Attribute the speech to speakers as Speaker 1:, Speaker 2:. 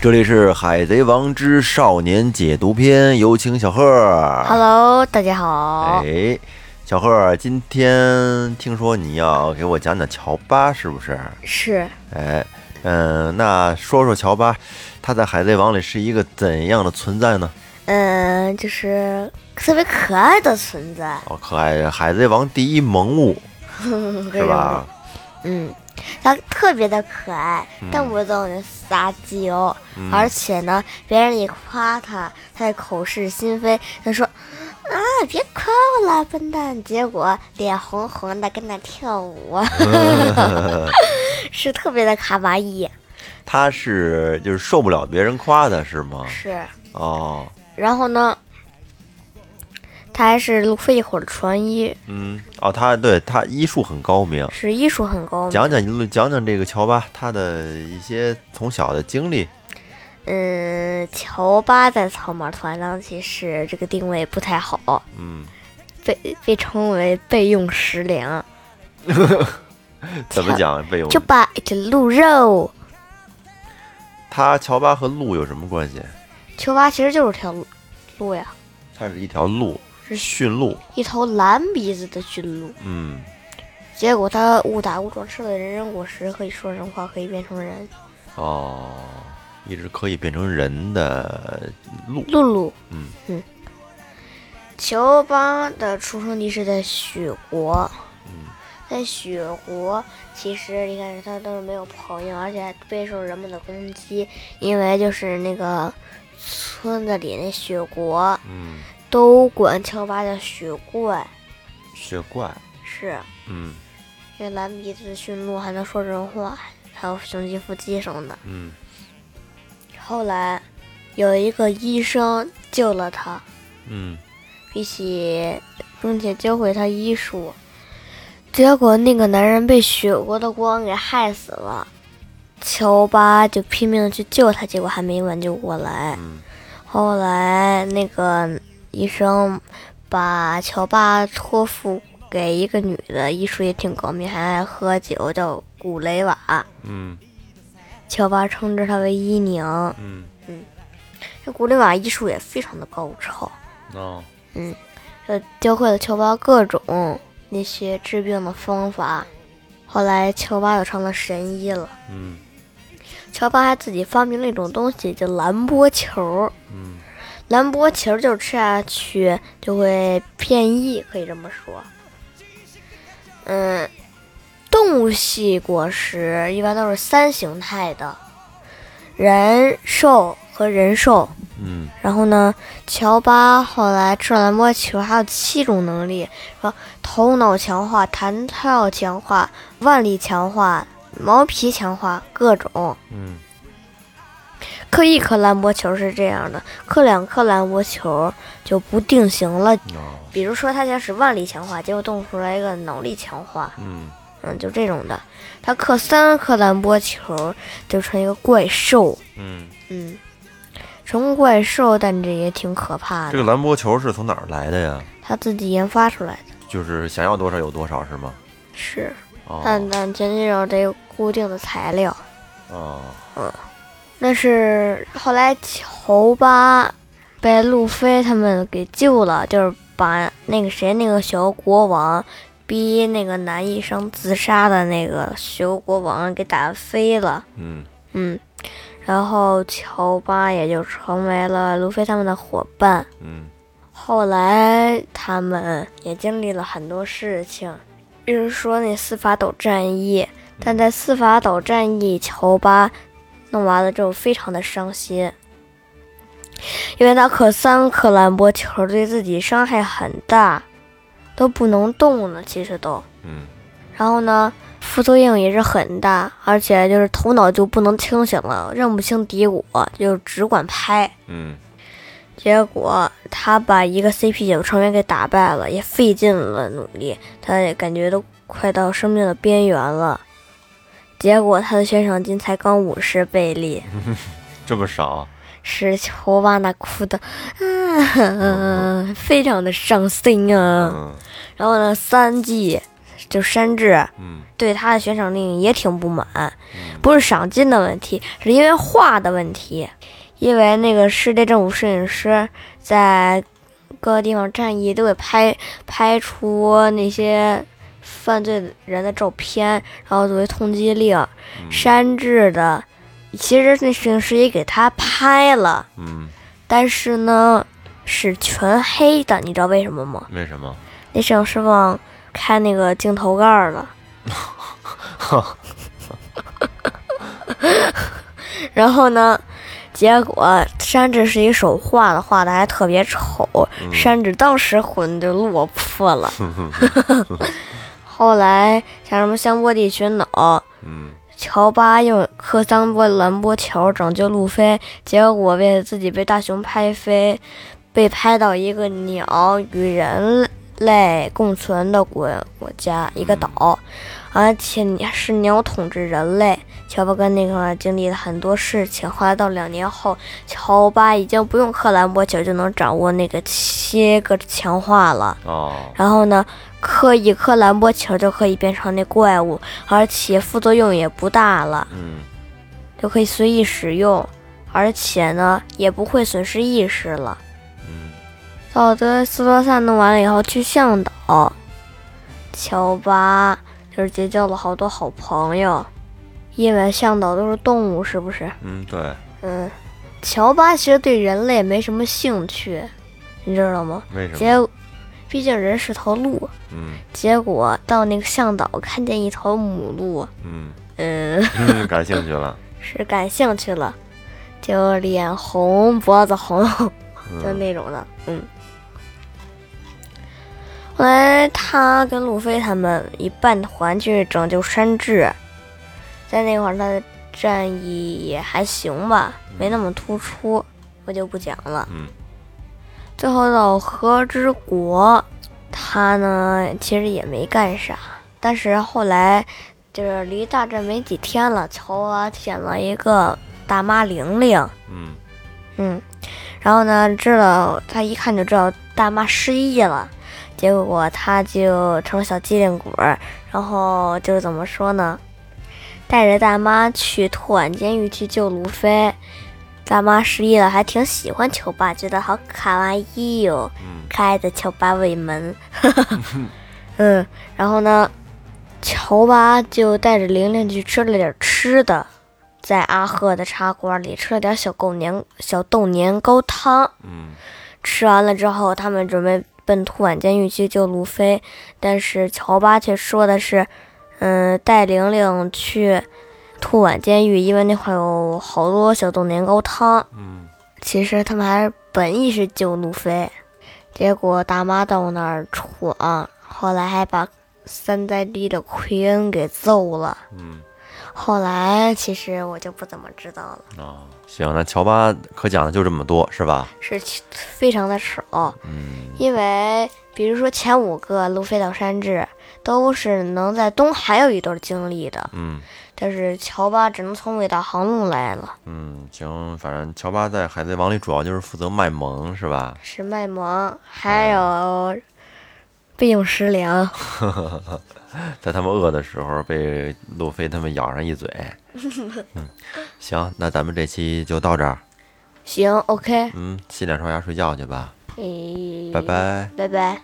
Speaker 1: 这里是《海贼王之少年解读篇》，有请小贺。
Speaker 2: Hello，大家好。
Speaker 1: 啊哎，小贺，今天听说你要给我讲讲乔巴，是不是？
Speaker 2: 是，
Speaker 1: 哎，嗯、那说说乔巴，他在《海贼王》里是一个怎样的存在呢？
Speaker 2: 嗯、就是特别可爱的存在，
Speaker 1: 哦，可爱，《海贼王》第一萌物
Speaker 2: 是
Speaker 1: 是吧？？
Speaker 2: 嗯，它特别的可爱，动不动就撒娇，而且呢，别人一夸它，它也口是心非，它说。啊！别夸我了，笨蛋！结果脸红红的，跟那跳舞， 是特别的卡哇伊，
Speaker 1: 他是就是受不了别人夸他是吗？
Speaker 2: 是。
Speaker 1: 哦，
Speaker 2: 然后呢，他还是路飞一伙的传医，
Speaker 1: 嗯，哦，他对他医术很高明。
Speaker 2: 是医术很高明。
Speaker 1: 讲讲你讲讲这个乔巴他的一些从小的经历。
Speaker 2: 嗯，乔巴在草帽团上其实这个定位不太好，
Speaker 1: 嗯，
Speaker 2: 被被称为备用食粮，
Speaker 1: 怎么讲备用？
Speaker 2: 就把这鹿肉。
Speaker 1: 他乔巴和鹿有什么关系？
Speaker 2: 乔巴其实就是条鹿呀，
Speaker 1: 它是一条鹿，
Speaker 2: 是
Speaker 1: 驯鹿。
Speaker 2: 一头蓝鼻子的驯鹿。
Speaker 1: 嗯，
Speaker 2: 结果他误打误撞吃了人参果实，可以说人话，可以变成人。
Speaker 1: 哦，一只可以变成人的鹿。
Speaker 2: 露露，
Speaker 1: 嗯
Speaker 2: 嗯。乔巴的出生地是在许国，
Speaker 1: 嗯
Speaker 2: 在许国，其实一开始他都是没有朋友，而且还备受人们的攻击，因为就是那个村子里那雪国
Speaker 1: 嗯，
Speaker 2: 都管乔巴叫雪怪，
Speaker 1: 雪怪。
Speaker 2: 是
Speaker 1: 嗯
Speaker 2: 因为蓝鼻子驯鹿还能说人话，还有雄鸡腹肌什么的。
Speaker 1: 嗯，
Speaker 2: 后来有一个医生救了他，
Speaker 1: 嗯
Speaker 2: 并且并且教会他医术。结果那个男人被雪国的国王给害死了，乔巴就拼命地去救他，结果还没挽救过来。
Speaker 1: 嗯
Speaker 2: 后来那个医生把乔巴托付给一个女的，医术也挺高明，还爱喝酒，叫古雷瓦。
Speaker 1: 嗯
Speaker 2: 乔巴称之她为姨娘。
Speaker 1: 嗯，
Speaker 2: 这古雷瓦医术也非常的高超。
Speaker 1: 哦，
Speaker 2: 呃，教会了乔巴各种那些治病的方法。后来乔巴又成了神医了。
Speaker 1: 嗯
Speaker 2: 乔巴还自己发明了一种东西，叫蓝波球。
Speaker 1: 嗯
Speaker 2: 蓝波球就是吃下去就会变异，可以这么说。嗯，动物系果实一般都是三形态的，人兽和人兽。
Speaker 1: 嗯
Speaker 2: 然后呢，乔巴后来吃了蓝波球，还有七种能力，说头脑强化、弹跳强化、腕力强化、毛皮强化，各种。
Speaker 1: 嗯
Speaker 2: 刻一颗蓝波球是这样的，刻两颗蓝波球就不定型了。
Speaker 1: 哦
Speaker 2: 比如说，他想使腕力强化，结果动出来一个脑力强化，
Speaker 1: 嗯
Speaker 2: 嗯，就这种的。他刻三颗蓝波球就成一个怪兽，
Speaker 1: 嗯，
Speaker 2: 嗯，成个怪兽，但这也挺可怕的。
Speaker 1: 这个蓝波球是从哪儿来的呀？
Speaker 2: 他自己研发出来的。
Speaker 1: 就是想要多少有多少是吗？
Speaker 2: 是，
Speaker 1: 哦
Speaker 2: 但但前提上得有固定的材料。
Speaker 1: 哦，
Speaker 2: 那是后来乔巴被路飞他们给救了，就是把那个谁那个小国王逼那个男医生自杀的那个小国王给打飞了。
Speaker 1: 嗯
Speaker 2: 嗯，然后乔巴也就成为了路飞他们的伙伴。
Speaker 1: 嗯
Speaker 2: 后来他们也经历了很多事情，比如说那司法岛战役。但在司法岛战役，乔巴弄完了之后非常的伤心，因为他可三克兰波球对自己伤害很大，都不能动了，其实都。
Speaker 1: 嗯
Speaker 2: 然后呢，副作用也是很大，而且就是头脑就不能清醒了，认不清敌我，就只管拍。
Speaker 1: 嗯
Speaker 2: 结果他把一个 CP 九成员给打败了，也费尽了努力，他也感觉都快到生命的边缘了。结果他的悬赏金才刚五十贝利，
Speaker 1: 这么少？
Speaker 2: 使乔巴那哭的，嗯，非常的伤心啊。
Speaker 1: 嗯
Speaker 2: 然后呢，三季就山治
Speaker 1: 嗯
Speaker 2: 对他的悬赏令也挺不满，不是赏金的问题，是因为画的问题。因为那个世界政府摄影师在各个地方战役都给拍拍出那些犯罪人的照片，然后作为通缉令。山治的，其实那摄影师也给他拍了，
Speaker 1: 嗯，
Speaker 2: 但是呢是全黑的，你知道为什么吗？
Speaker 1: 为什么？
Speaker 2: 那摄影师忘开那个镜头盖儿了。然后呢，结果山治是一手画的，画的还特别丑。
Speaker 1: 嗯
Speaker 2: 山治当时魂就落魄了。 后来像什么香波地群岛，
Speaker 1: 嗯
Speaker 2: 乔巴用克桑波兰波桥拯救路飞，结果被自己被大熊拍飞，被拍到一个鸟与人类共存的国国家一个岛，而且是鸟统治人类。乔巴跟那块儿经历了很多事情，后来到两年后，乔巴已经不用克兰波桥就能掌握那个七个强化了。
Speaker 1: 哦，
Speaker 2: 然后呢，刻一颗兰波球就可以变成那怪物，而且副作用也不大了，
Speaker 1: 嗯
Speaker 2: 就可以随意使用，而且呢也不会损失意识了。
Speaker 1: 嗯
Speaker 2: 道德斯多萨弄完了以后去向导，乔巴就是结交了好多好朋友，因为向导都是动物，是不是？
Speaker 1: 嗯，对，
Speaker 2: 嗯，乔巴其实对人类没什么兴趣，你知道吗？
Speaker 1: 为什么？
Speaker 2: 结，毕竟人是头鹿。
Speaker 1: 嗯
Speaker 2: 结果到那个向导看见一头母鹿，
Speaker 1: 嗯
Speaker 2: 嗯，
Speaker 1: 嗯，感兴趣了。
Speaker 2: 是感兴趣了，就脸红脖子红，就
Speaker 1: 嗯
Speaker 2: 那种的，嗯。后来他跟路飞他们一半团去拯救山治，在那会儿他的战役也还行吧，没那么突出，我就不讲了。
Speaker 1: 嗯
Speaker 2: 最后到和之国，他呢其实也没干啥，但是后来就是离大战没几天了，乔啊捡了一个大妈玲玲，
Speaker 1: 嗯
Speaker 2: 嗯，然后呢知道他一看就知道大妈失忆了，结果他就成了小机灵鬼儿，然后就是怎么说呢，带着大妈去拓晚监狱去救路飞。大妈失忆了，还挺喜欢球爸，觉得好卡哇伊哟、
Speaker 1: 嗯
Speaker 2: 可爱的乔巴尾门，嗯，然后呢，乔巴就带着玲玲去吃了点吃的，在阿赫的茶馆里吃了点小狗年小豆年糕汤。
Speaker 1: 嗯
Speaker 2: 吃完了之后，他们准备奔突晚监狱去救路飞，但是乔巴却说的是，嗯、带玲玲去突晚监狱，因为那块有好多小豆年糕汤。
Speaker 1: 嗯
Speaker 2: 其实他们还是本意是救路飞，结果大妈到那儿闯，后来还把三灾地的奎恩给揍了。
Speaker 1: 嗯
Speaker 2: 后来其实我就不怎么知道了，
Speaker 1: 啊，行，那乔巴可讲的就这么多，是吧？
Speaker 2: 是非常的少，
Speaker 1: 嗯
Speaker 2: 因为比如说前五个路飞到山治都是能在东海有一段经历的，
Speaker 1: 嗯
Speaker 2: 但是乔巴只能从伟大航路来了，
Speaker 1: 嗯，行，反正乔巴在海贼王里主要就是负责卖萌，是吧？
Speaker 2: 是卖萌，还
Speaker 1: 嗯
Speaker 2: 有背影食粮。
Speaker 1: 在他们饿的时候被路飞他们咬上一 嘴。嗯，行，那咱们这期就到这儿。
Speaker 2: 行，OK，
Speaker 1: 嗯，洗脸刷牙睡觉去吧，
Speaker 2: 诶，
Speaker 1: 拜拜。
Speaker 2: 拜拜。